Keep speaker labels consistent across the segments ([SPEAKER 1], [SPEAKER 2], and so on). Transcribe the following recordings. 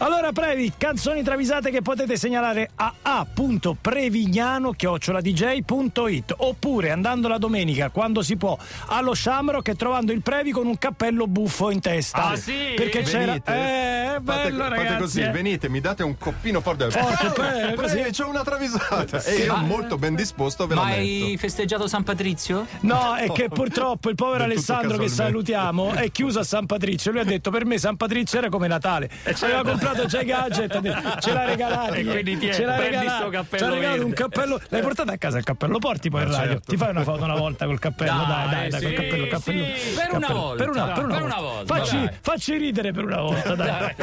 [SPEAKER 1] Allora Previ, canzoni travisate che potete segnalare a a.prevignano-dj.it oppure andando la domenica, quando si può, allo Shamrock e trovando il Previ con un cappello buffo in testa.
[SPEAKER 2] Ah, sì?
[SPEAKER 1] Perché c'era...
[SPEAKER 3] Venite.
[SPEAKER 1] Eh, è
[SPEAKER 3] Fate,
[SPEAKER 1] bello
[SPEAKER 3] fate
[SPEAKER 1] ragazzi.
[SPEAKER 3] così,
[SPEAKER 1] eh.
[SPEAKER 3] venite, mi date un coppino forte.
[SPEAKER 1] Forte,
[SPEAKER 3] Eh,
[SPEAKER 1] beh,
[SPEAKER 3] eh,
[SPEAKER 1] beh,
[SPEAKER 3] sì, c'ho una travisata. E io molto ben disposto, ve lo
[SPEAKER 2] Ma hai
[SPEAKER 3] metto.
[SPEAKER 2] festeggiato San Patrizio?
[SPEAKER 1] No, è che purtroppo il povero
[SPEAKER 3] Del tutto
[SPEAKER 1] Alessandro che
[SPEAKER 3] casualmente.
[SPEAKER 1] salutiamo è chiuso a San Patrizio. Lui ha detto: Per me San Patrizio era come Natale. Aveva comprato già i gadget, ha detto, ce l'ha regalato.
[SPEAKER 2] Eh, certo. E quindi tieni,
[SPEAKER 1] ce l'ha
[SPEAKER 2] prendi
[SPEAKER 1] regalato.
[SPEAKER 2] sto cappello
[SPEAKER 1] Ci ha regalato
[SPEAKER 2] verde.
[SPEAKER 1] un cappello. L'hai portato a casa il cappello, porti poi
[SPEAKER 3] Ma
[SPEAKER 1] in radio.
[SPEAKER 3] certo.
[SPEAKER 1] Ti fai una foto una volta col cappello, dai,
[SPEAKER 2] Dai,
[SPEAKER 1] dai, dai,
[SPEAKER 2] sì,
[SPEAKER 1] col cappello, cappello.
[SPEAKER 2] sì. Per una
[SPEAKER 1] Cappello.
[SPEAKER 2] volta,
[SPEAKER 1] Per una,
[SPEAKER 2] dai,
[SPEAKER 1] per una
[SPEAKER 2] per una
[SPEAKER 1] volta.
[SPEAKER 2] volta,
[SPEAKER 1] Facci,
[SPEAKER 2] dai.
[SPEAKER 1] facci ridere per una volta, dai.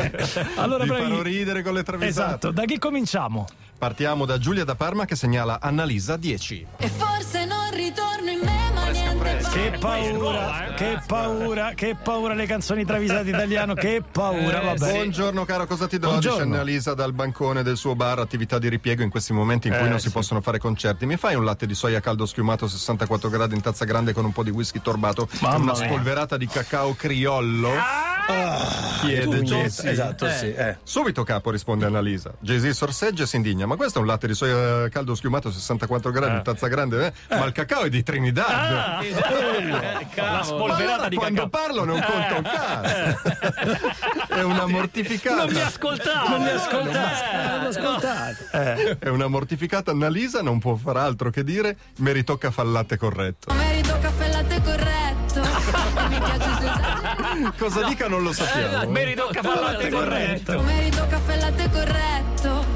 [SPEAKER 1] Allora,
[SPEAKER 3] Vi farò
[SPEAKER 1] previ.
[SPEAKER 3] ridere con le travisate.
[SPEAKER 1] Esatto, da chi cominciamo?
[SPEAKER 3] Partiamo da Giulia da Parma che segnala Annalisa 10.
[SPEAKER 4] E forse non ritorno in me, ma niente
[SPEAKER 3] fresca.
[SPEAKER 1] Che
[SPEAKER 4] vale.
[SPEAKER 1] paura, che paura, che paura le canzoni travisate italiane, che paura,
[SPEAKER 2] Eh,
[SPEAKER 1] vabbè.
[SPEAKER 3] Buongiorno caro, cosa ti do?
[SPEAKER 1] Buongiorno.
[SPEAKER 3] Dice Annalisa dal bancone del suo bar, attività di ripiego in questi momenti in cui
[SPEAKER 1] Eh,
[SPEAKER 3] non si
[SPEAKER 1] sì.
[SPEAKER 3] possono fare concerti. Mi fai un latte di soia caldo schiumato 64 gradi in tazza grande con un po' di whisky torbato
[SPEAKER 1] Mamma
[SPEAKER 3] e una
[SPEAKER 1] mia.
[SPEAKER 3] spolverata di cacao criollo? Ah, Chiede Jessy.
[SPEAKER 5] Esatto, sì. eh.
[SPEAKER 3] Subito capo, risponde Annalisa. Jay-Z sorseggia e si indigna. Ma questo è un latte di soia caldo schiumato, 64 gradi, in tazza grande, eh? Ma il cacao è di Trinidad.
[SPEAKER 2] La
[SPEAKER 3] Ma allora quando parlo non conta un cazzo. è una mortificata.
[SPEAKER 2] Non mi ascoltavo!
[SPEAKER 1] Non mi
[SPEAKER 2] eh,
[SPEAKER 1] ascoltate,
[SPEAKER 2] eh,
[SPEAKER 1] non mi ascoltate.
[SPEAKER 3] È una mortificata Annalisa, non può far altro che dire mi ritocca fa il latte corretto.
[SPEAKER 4] Merito caffè latte corretto. Mi piace se esageri.
[SPEAKER 3] Cosa dica non lo
[SPEAKER 2] no. Eh,
[SPEAKER 3] sappiamo.
[SPEAKER 2] mi ritocca fare latte corretto.
[SPEAKER 1] corretto.
[SPEAKER 4] Merito caffè latte corretto.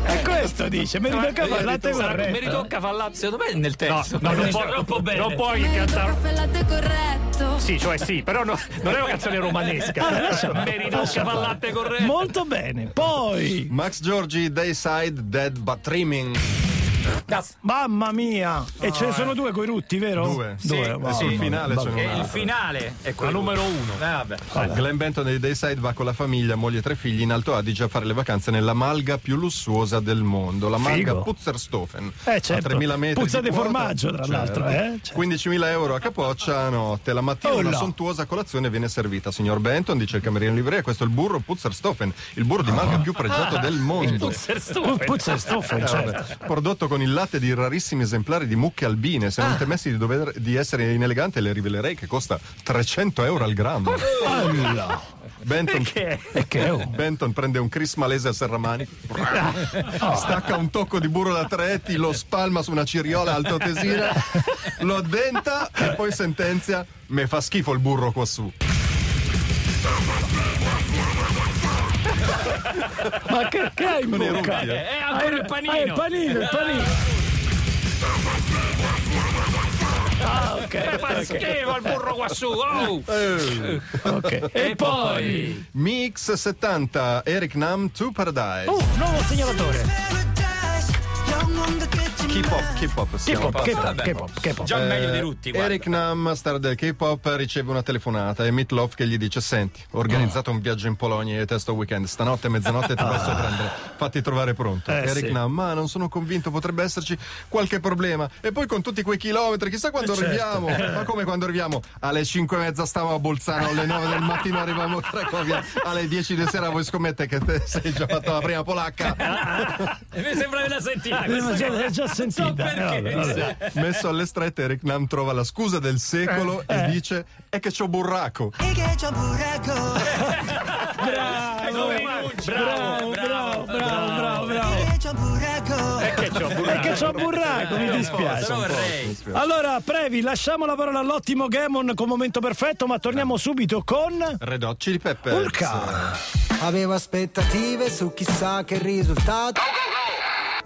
[SPEAKER 1] E questo dice, mi ritocca fare latte
[SPEAKER 2] Sarà- Mi
[SPEAKER 1] corretto.
[SPEAKER 2] ritocca fare latte. Secondo me è nel terzo. Cioè,
[SPEAKER 6] No, non, può- non puoi
[SPEAKER 4] Merito
[SPEAKER 6] cantare.
[SPEAKER 4] caffè latte corretto.
[SPEAKER 6] Sì, cioè sì, però no- non è una canzone romanesca. Merito
[SPEAKER 2] Ritocca Ah, fare latte corretto.
[SPEAKER 1] Molto bene, poi,
[SPEAKER 3] Max Giorgi, Dayside, Dead But Trimming.
[SPEAKER 1] mamma mia, e ce ne sono due coi rutti,
[SPEAKER 2] Oh,
[SPEAKER 1] vero?
[SPEAKER 3] Due. Sì,
[SPEAKER 1] due.
[SPEAKER 3] e sul finale ce n'è
[SPEAKER 2] E
[SPEAKER 3] un
[SPEAKER 2] il
[SPEAKER 3] altro.
[SPEAKER 2] finale è
[SPEAKER 6] Ecco,
[SPEAKER 2] quello. numero uno. vabbè.
[SPEAKER 3] Ah, Glenn Benton dei Dayside va con la famiglia, moglie e tre figli in Alto Adige a fare le vacanze nella malga più lussuosa del mondo, la malga
[SPEAKER 1] Figo.
[SPEAKER 3] Putzerstofen.
[SPEAKER 1] Eh, certo.
[SPEAKER 3] A 3000 metri
[SPEAKER 1] Puzza
[SPEAKER 3] di
[SPEAKER 1] di
[SPEAKER 3] quota.
[SPEAKER 1] formaggio, tra l'altro, eh, certo.
[SPEAKER 3] 15.000 euro a capoccia a notte. La mattina
[SPEAKER 1] Oh,
[SPEAKER 3] una
[SPEAKER 1] là.
[SPEAKER 3] sontuosa colazione viene servita. Signor Benton, dice il cameriere in livrea, questo è il burro Putzerstofen, il burro di
[SPEAKER 1] Ah.
[SPEAKER 3] malga più pregiato del mondo.
[SPEAKER 1] Pu- Puzza e stoffa,
[SPEAKER 3] Eh,
[SPEAKER 1] certo.
[SPEAKER 3] vabbè. Prodotto con il latte di rarissimi esemplari di mucche albine. Se
[SPEAKER 1] Ah.
[SPEAKER 3] non temessi di, dover, di essere inelegante, le rivelerei che costa 300 euro al grammo.
[SPEAKER 1] Alla.
[SPEAKER 3] Benton,
[SPEAKER 1] E che oh.
[SPEAKER 3] Benton prende un Chris Malese a Serramani, stacca un tocco di burro da tre etti, lo spalma su una ciriola altotesina, lo addenta e poi sentenzia: Me fa schifo il burro qua su.
[SPEAKER 1] Ma che, che hai in
[SPEAKER 3] Con i
[SPEAKER 1] bocca?
[SPEAKER 3] rucchi, eh.
[SPEAKER 2] È ancora il panino.
[SPEAKER 1] Ah, il panino, il panino.
[SPEAKER 2] Eh, fa schifo il burro qua su. oh.
[SPEAKER 3] Eh.
[SPEAKER 1] Ok. E poi,
[SPEAKER 3] Mix 70, Eric Nam to Paradise.
[SPEAKER 1] uh, nuovo segnalatore.
[SPEAKER 2] Eh,
[SPEAKER 3] Keep up, keep up.
[SPEAKER 1] Che
[SPEAKER 3] siamo
[SPEAKER 1] pop, che pop,
[SPEAKER 2] vabbè.
[SPEAKER 1] che pop, che pop.
[SPEAKER 2] Già meglio di
[SPEAKER 3] Eh,
[SPEAKER 2] Rutti. guarda.
[SPEAKER 3] Eric Nam, star del K-pop, riceve una telefonata e Mitloff che gli dice: Senti, ho organizzato un viaggio in Polonia e testo weekend. Stanotte, mezzanotte ti passo a prendere. Fatti trovare pronto.
[SPEAKER 1] Ah. Eh,
[SPEAKER 3] Eric
[SPEAKER 1] sì.
[SPEAKER 3] Nam, ma non sono convinto, potrebbe esserci qualche problema. E poi con tutti quei chilometri, chissà quando
[SPEAKER 1] Certo.
[SPEAKER 3] arriviamo. Ma come quando arriviamo? Alle 5 e mezza stavo a Bolzano, alle 9 del mattino arriviamo a Cracovia, alle 10 di sera voi scommette che te sei già fatto la prima polacca.
[SPEAKER 2] Eh, Mi sembra
[SPEAKER 6] Ah,
[SPEAKER 2] una settimana.
[SPEAKER 1] Eh, ma
[SPEAKER 2] questa
[SPEAKER 1] già,
[SPEAKER 2] cosa.
[SPEAKER 1] l'hai già sentita.
[SPEAKER 2] perché.
[SPEAKER 1] Eh, vabbè, vabbè.
[SPEAKER 3] Messo alle strette, Eric Nam trova la scusa del secolo
[SPEAKER 1] Eh.
[SPEAKER 3] e dice: È che c'ho burraco.
[SPEAKER 2] Non rinunci.
[SPEAKER 1] Ah, Bravo, bravo, bravo, bravo, bravo.
[SPEAKER 6] Che c'ho,
[SPEAKER 2] Eh,
[SPEAKER 6] burro?
[SPEAKER 1] Perché c'ho burraco, mi dispiace.
[SPEAKER 2] Però vorrei.
[SPEAKER 1] Allora, Previ, lasciamo la parola all'ottimo Gamon con momento perfetto, ma
[SPEAKER 2] Eh.
[SPEAKER 1] torniamo subito con
[SPEAKER 3] Red Hot Chili Peppers.
[SPEAKER 1] Urca.
[SPEAKER 7] Avevo aspettative su chissà che risultato.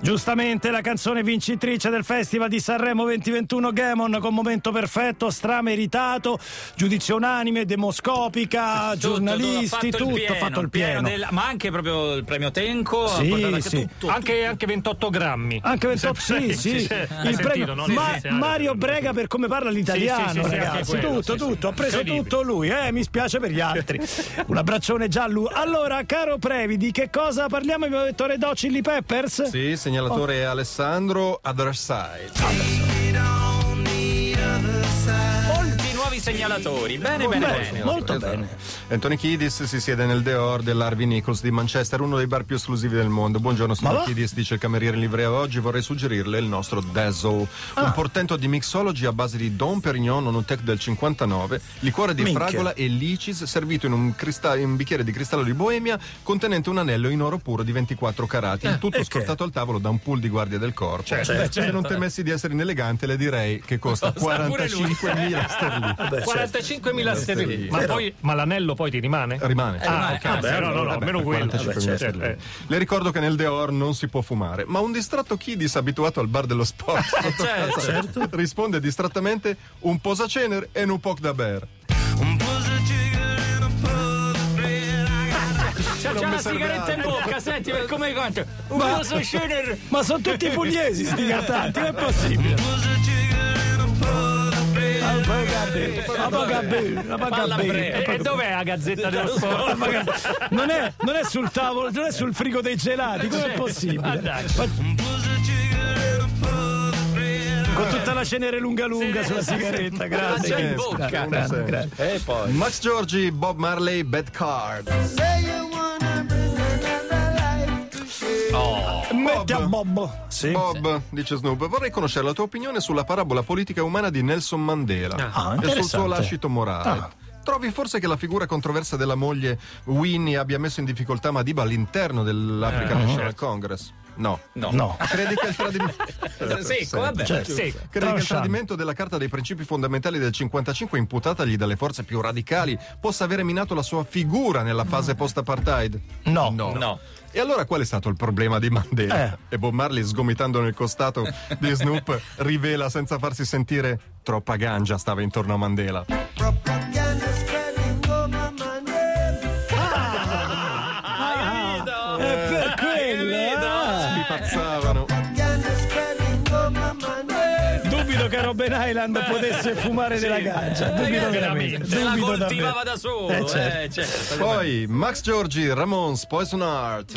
[SPEAKER 1] Giustamente la canzone vincitrice del Festival di Sanremo 2021 Gamon con momento perfetto, strameritato, giudizio unanime, demoscopica,
[SPEAKER 2] Tutto,
[SPEAKER 1] giornalisti, tutto,
[SPEAKER 2] pieno,
[SPEAKER 1] fatto il pieno.
[SPEAKER 2] del- ma anche proprio il premio Tenco ha
[SPEAKER 1] Sì,
[SPEAKER 2] portato anche
[SPEAKER 1] sì.
[SPEAKER 2] tutto
[SPEAKER 6] Anche, anche 28 grammi.
[SPEAKER 1] Anche per top, sì,
[SPEAKER 6] Sì,
[SPEAKER 1] sì.
[SPEAKER 6] sì, sì. Hai sentito, no? Sì,
[SPEAKER 1] Ma-
[SPEAKER 6] sì, sì.
[SPEAKER 1] Mario Brega per come parla l'italiano,
[SPEAKER 6] Sì, sì, sì, sì,
[SPEAKER 1] ragazzi.
[SPEAKER 6] anche quello,
[SPEAKER 1] tutto,
[SPEAKER 6] sì, sì.
[SPEAKER 1] tutto. Ha preso
[SPEAKER 6] Incredibile.
[SPEAKER 1] tutto lui, eh. Mi spiace per gli altri. Un abbraccione giallo. Allora, caro Previ, di che cosa parliamo? Abbiamo detto Red Hot Chili Peppers?
[SPEAKER 3] Sì, segnalatore Alessandro Other Side.
[SPEAKER 2] molti nuovi i segnalatori. Bene, bene,
[SPEAKER 1] Beh,
[SPEAKER 2] bene.
[SPEAKER 1] molto
[SPEAKER 3] Esatto.
[SPEAKER 1] bene.
[SPEAKER 3] Anthony Kiedis si siede nel Deor dell'Harvey Nichols di Manchester, uno dei bar più esclusivi del mondo. Buongiorno
[SPEAKER 1] Ma
[SPEAKER 3] signor
[SPEAKER 1] va?
[SPEAKER 3] Kiedis, dice il cameriere in livrea. Oggi vorrei suggerirle il nostro Dazzle,
[SPEAKER 1] Ah.
[SPEAKER 3] un portento di mixology a base di Don Perignon Onutec del 59, liquore di
[SPEAKER 1] Minchia.
[SPEAKER 3] fragola e licis servito in un, crista- in un bicchiere di cristallo di Boemia contenente un anello in oro puro di 24 carati, il tutto
[SPEAKER 1] Eh, e che? Certo.
[SPEAKER 3] scortato al tavolo da un pool di guardie del corpo. Se non temessi di essere inelegante le direi che costa
[SPEAKER 2] Cosa pure lui.
[SPEAKER 3] 45.000 sterline.
[SPEAKER 2] 45.000 sterline.
[SPEAKER 6] Ma, poi, ma l'anello poi ti rimane?
[SPEAKER 3] Rimane.
[SPEAKER 6] Ah, ok.
[SPEAKER 2] vabbè,
[SPEAKER 6] no, no, no, almeno quello.
[SPEAKER 3] 45.000
[SPEAKER 6] Vabbè, certo,
[SPEAKER 3] sterline.
[SPEAKER 6] eh.
[SPEAKER 3] Le ricordo che nel Deor non si può fumare, ma un distratto Kidis abituato al bar dello sport
[SPEAKER 2] Eh,
[SPEAKER 3] sotto
[SPEAKER 2] certo.
[SPEAKER 3] casa
[SPEAKER 1] Certo.
[SPEAKER 3] risponde distrattamente un posacenere e un poc da ber.
[SPEAKER 2] C'ha
[SPEAKER 3] Non
[SPEAKER 2] c'ha
[SPEAKER 3] mi serve
[SPEAKER 2] la sigaretta in
[SPEAKER 3] altro.
[SPEAKER 2] bocca, senti per come canto. Un grosso scener.
[SPEAKER 1] Ma sono tutti pugliesi sti cantanti, non è possibile. Abagabe, abagabe,
[SPEAKER 2] Palla
[SPEAKER 1] abagabe.
[SPEAKER 2] brea.
[SPEAKER 6] E dov'è la gazzetta dello sport?
[SPEAKER 1] Non è, non è sul tavolo, non è sul frigo dei gelati, com'è
[SPEAKER 2] Certo, ma
[SPEAKER 1] possibile?
[SPEAKER 2] dai.
[SPEAKER 1] Con tutta la cenere lunga lunga sulla sigaretta,
[SPEAKER 2] Ma c'è
[SPEAKER 1] grazie.
[SPEAKER 2] in bocca.
[SPEAKER 3] Non ha senso.
[SPEAKER 2] E poi.
[SPEAKER 3] Max Giorgi, Bob Marley, Bad Card.
[SPEAKER 1] Metti a Bob. Sì.
[SPEAKER 3] Bob, dice Snoop, vorrei conoscere la tua opinione sulla parabola politica umana di Nelson Mandela
[SPEAKER 1] Ah,
[SPEAKER 3] e sul suo
[SPEAKER 1] interessante.
[SPEAKER 3] lascito morale.
[SPEAKER 1] Ah.
[SPEAKER 3] Trovi forse che la figura controversa della moglie Winnie abbia messo in difficoltà Madiba all'interno
[SPEAKER 1] Eh.
[SPEAKER 3] dell'African National Congress? No.
[SPEAKER 2] No.
[SPEAKER 1] No.
[SPEAKER 3] Credi che il tradimento.
[SPEAKER 2] Secco, vabbè.
[SPEAKER 6] Sì.
[SPEAKER 3] Credi che il
[SPEAKER 1] Tralasciando.
[SPEAKER 3] tradimento della Carta dei Principi Fondamentali del 55, imputatagli dalle forze più radicali, possa aver minato la sua figura nella fase post-apartheid?
[SPEAKER 1] No.
[SPEAKER 2] No. Eh.
[SPEAKER 3] E allora qual è stato il problema di Mandela? E Bob Marley, sgomitando nel costato di Snoop, rivela senza farsi sentire troppa gangia stava intorno a Mandela.
[SPEAKER 2] Eh,
[SPEAKER 1] È Eh, per quello. ah.
[SPEAKER 3] Spipazzavano.
[SPEAKER 1] Dubito che Robben Island potesse fumare della gancia. Dubito veramente.
[SPEAKER 2] Eh, Se la
[SPEAKER 1] Dubito davvero.
[SPEAKER 2] coltivava da solo.
[SPEAKER 1] Eh, certo.
[SPEAKER 2] eh, certo.
[SPEAKER 3] Poi Max Giorgi, Ramones, Poison Art.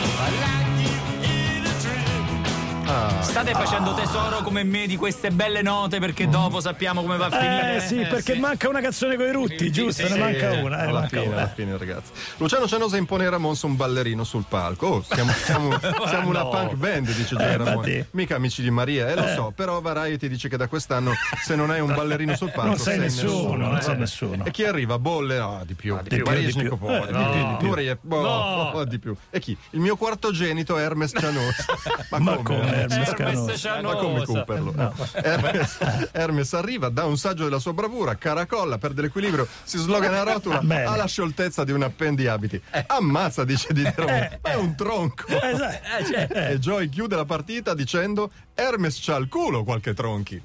[SPEAKER 2] State facendo tesoro come me di queste belle note perché dopo sappiamo come va a finire.
[SPEAKER 1] Mm. Eh sì, perché manca una canzone con i rutti, giusto? Ne manca una. eh,
[SPEAKER 3] alla
[SPEAKER 1] manca
[SPEAKER 3] fine,
[SPEAKER 1] una.
[SPEAKER 3] alla fine, ragazzi. Luciano Cianosa impone a Ramones un ballerino sul palco. Oh, siamo, siamo- siamo una punk band, dice Gianni Ramones.
[SPEAKER 1] Eh, infatti.
[SPEAKER 3] Mica amici di Maria, eh, lo so, però Variety dice che da quest'anno se non hai un ballerino sul palco eh.
[SPEAKER 1] Non sei nessuno, non sei nessuno.
[SPEAKER 3] E chi arriva? Bolle, ah, di più.
[SPEAKER 1] più,
[SPEAKER 3] Baryshnikov,
[SPEAKER 1] di più. Eh,
[SPEAKER 3] oh, di più, di più. Nureyev, oh, oh, di più. E chi? Il mio quartogenito Hermes Cianosa. Eh,
[SPEAKER 1] Ma come Hermes Canosa?
[SPEAKER 2] Hermes Cianosa.
[SPEAKER 3] ma come Cooperlo? Ah. Hermes, Hermes arriva, dà un saggio della sua bravura, caracolla, perde l'equilibrio, si sloga una rotola,
[SPEAKER 1] Bene.
[SPEAKER 3] ha la scioltezza di un appendiabiti. Ammazza, dice Di Niro, ma è un tronco.
[SPEAKER 1] Eh, sai,
[SPEAKER 3] E Joy chiude la partita dicendo Hermes c'ha al culo qualche tronchi.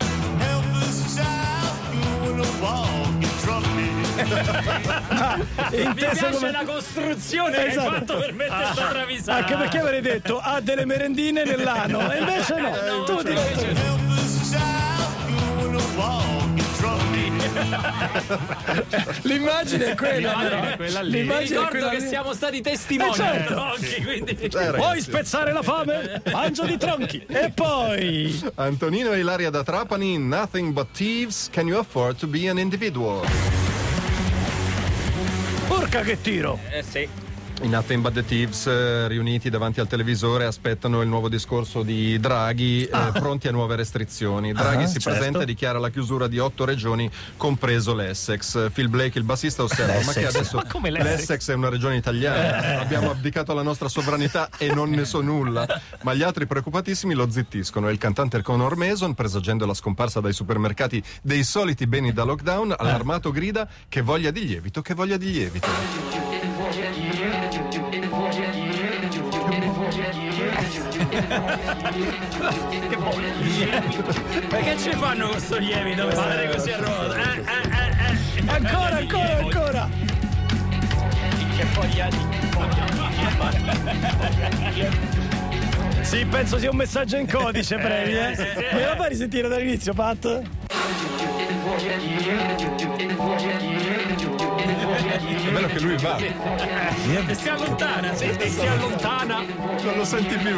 [SPEAKER 1] è
[SPEAKER 2] Mi piace
[SPEAKER 1] inteso come-
[SPEAKER 2] la costruzione
[SPEAKER 1] Eh, Esatto. Ah,
[SPEAKER 2] che hai fatto per metterti a travisare.
[SPEAKER 1] Anche perché avrei detto ha delle merendine nell'ano, e invece no.
[SPEAKER 2] Eh,
[SPEAKER 1] tu ti
[SPEAKER 2] L'immagine è quella,
[SPEAKER 6] però. quella lì. Certo.
[SPEAKER 2] Mi
[SPEAKER 1] L'immagine è
[SPEAKER 2] ricordo
[SPEAKER 1] quella
[SPEAKER 2] che
[SPEAKER 1] lì.
[SPEAKER 2] siamo stati testimoni.
[SPEAKER 1] Eh, certo.
[SPEAKER 2] Tronchi, quindi-
[SPEAKER 3] Eh, ragazzi,
[SPEAKER 1] Vuoi spezzare la fame? Mangio di tronchi. E poi.
[SPEAKER 3] Antonino e Ilaria da Trapani, Nothing but thieves, can you afford to be an individual?
[SPEAKER 1] Porca che tiro!
[SPEAKER 2] Eh, sì.
[SPEAKER 3] I Nothing But The Thieves eh, riuniti davanti al televisore aspettano il nuovo discorso di Draghi eh,
[SPEAKER 6] Ah.
[SPEAKER 3] pronti a nuove restrizioni. Draghi si
[SPEAKER 1] certo.
[SPEAKER 3] presenta e dichiara la chiusura di otto regioni, compreso l'Essex. Phil Blake, il bassista, osserva ma che adesso
[SPEAKER 6] Ma come l'Essex? Eh.
[SPEAKER 3] l'Essex è una regione italiana, abbiamo abdicato alla nostra sovranità e non ne so nulla. Ma gli altri preoccupatissimi lo zittiscono e il cantante Conor Mason, presagendo la scomparsa dai supermercati dei soliti beni da
[SPEAKER 6] Eh.
[SPEAKER 3] lockdown, allarmato grida che voglia di lievito, che voglia di lievito.
[SPEAKER 2] Perché ci fanno questo
[SPEAKER 6] Eh,
[SPEAKER 2] lievito? Fare così a ruota. Eh, eh, eh, eh.
[SPEAKER 1] Ancora, ancora, ancora!
[SPEAKER 2] Che voglia di-
[SPEAKER 1] Sì, penso sia un messaggio in codice, brevi, eh. Me lo fai risentire dall'inizio, Pat?
[SPEAKER 3] È bello che lui va.
[SPEAKER 2] eh. Si allontana, sì, sì, si allontana.
[SPEAKER 3] Non lo senti più.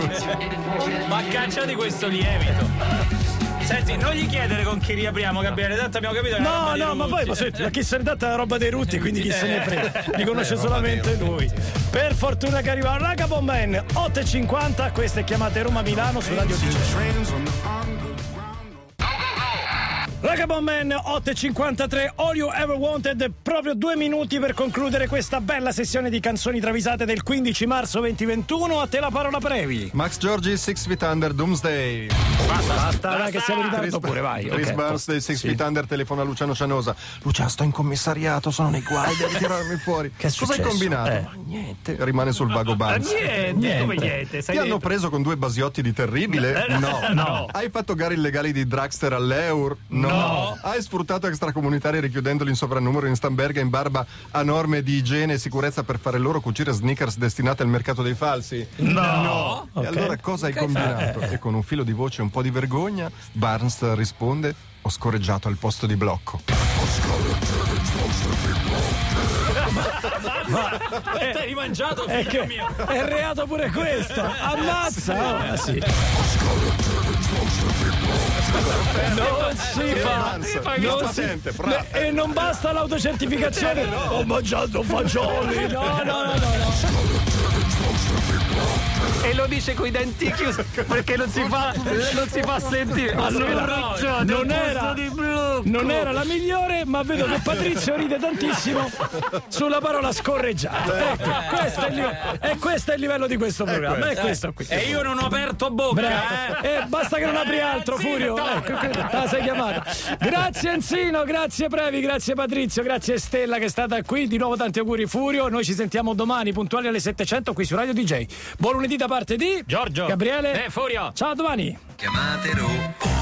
[SPEAKER 2] Ma caccia di questo lievito. Senti, non gli chiedere con chi riapriamo, Gabriele. Tanto abbiamo capito
[SPEAKER 3] Ah,
[SPEAKER 2] che è una
[SPEAKER 1] No,
[SPEAKER 2] roba di
[SPEAKER 1] no, ma poi
[SPEAKER 2] Ruggeri.
[SPEAKER 1] posso dire, la chi se ne data è la roba dei Rutti, quindi chi se
[SPEAKER 3] Eh.
[SPEAKER 1] ne frega. Li conosce solamente lui. Per fortuna che arriva Ragabon Man, 8.50, queste chiamate Roma-Milano su Radio DJ. Ragabon Man 853 All You Ever Wanted proprio due minuti per concludere questa bella sessione di canzoni travisate del 15 marzo 2021 a te la parola Previ
[SPEAKER 3] Max Giorgi, Six Feet Under, Doomsday.
[SPEAKER 1] basta, dai, che siamo in ritardo pure Ah, vai
[SPEAKER 3] Chris
[SPEAKER 1] ok.
[SPEAKER 3] Birthday, Six Feet Under, telefona Luciano Cianosa. Lucia, sto in commissariato, sono nei guai, devi tirarmi fuori.
[SPEAKER 1] Che è
[SPEAKER 3] Cosa hai
[SPEAKER 1] successo?
[SPEAKER 3] combinato?
[SPEAKER 1] Eh.
[SPEAKER 3] Ma Niente, rimane sul vago banzo.
[SPEAKER 6] Niente, come niente.
[SPEAKER 3] Ti
[SPEAKER 6] Sai
[SPEAKER 3] hanno preso con due basiotti di terribile? No.
[SPEAKER 6] no.
[SPEAKER 3] Hai fatto gare illegali di Draxter all'Eur? No. Hai sfruttato extracomunitari richiudendoli in soprannumero in Stamberga in barba a norme di igiene e sicurezza per fare loro cucire sneakers destinate al mercato dei falsi?
[SPEAKER 6] No.
[SPEAKER 3] E allora cosa hai combinato? E con un filo di voce e un po' di vergogna, Barnes risponde: Ho scorreggiato al posto di blocco.
[SPEAKER 2] Eh, T'hai rimangiato,
[SPEAKER 1] è
[SPEAKER 2] figlio
[SPEAKER 1] che
[SPEAKER 2] mio.
[SPEAKER 1] è reato pure questo ammazza oh, non si fa
[SPEAKER 3] Barnes,
[SPEAKER 1] non si-
[SPEAKER 3] sente,
[SPEAKER 1] No, e non basta l'autocertificazione ho mangiato fagioli Eh, no no no no, no.
[SPEAKER 6] E lo dice coi denti chiusi perché non si fa, non si fa sentire.
[SPEAKER 1] Allora, non era, non era la migliore, ma vedo che Patrizio ride tantissimo sulla parola scorreggiata. Ecco, questo è il livello, e questo è il livello di questo programma. È questo qui.
[SPEAKER 2] E io non ho aperto bocca,
[SPEAKER 1] Bravo.
[SPEAKER 2] eh.
[SPEAKER 1] E basta che non apri altro, Furio. Ecco, que- la sei chiamata. Grazie Enzino, grazie Previ, grazie Patrizio, grazie Stella che è stata qui. Di nuovo tanti auguri Furio. Noi ci sentiamo domani puntuali alle 700 qui su Radio DJ. Buon lunedì da parte di
[SPEAKER 6] Giorgio.
[SPEAKER 1] Gabriele
[SPEAKER 6] Eh, Furio.
[SPEAKER 1] Ciao a domani.
[SPEAKER 5] Chiamatelo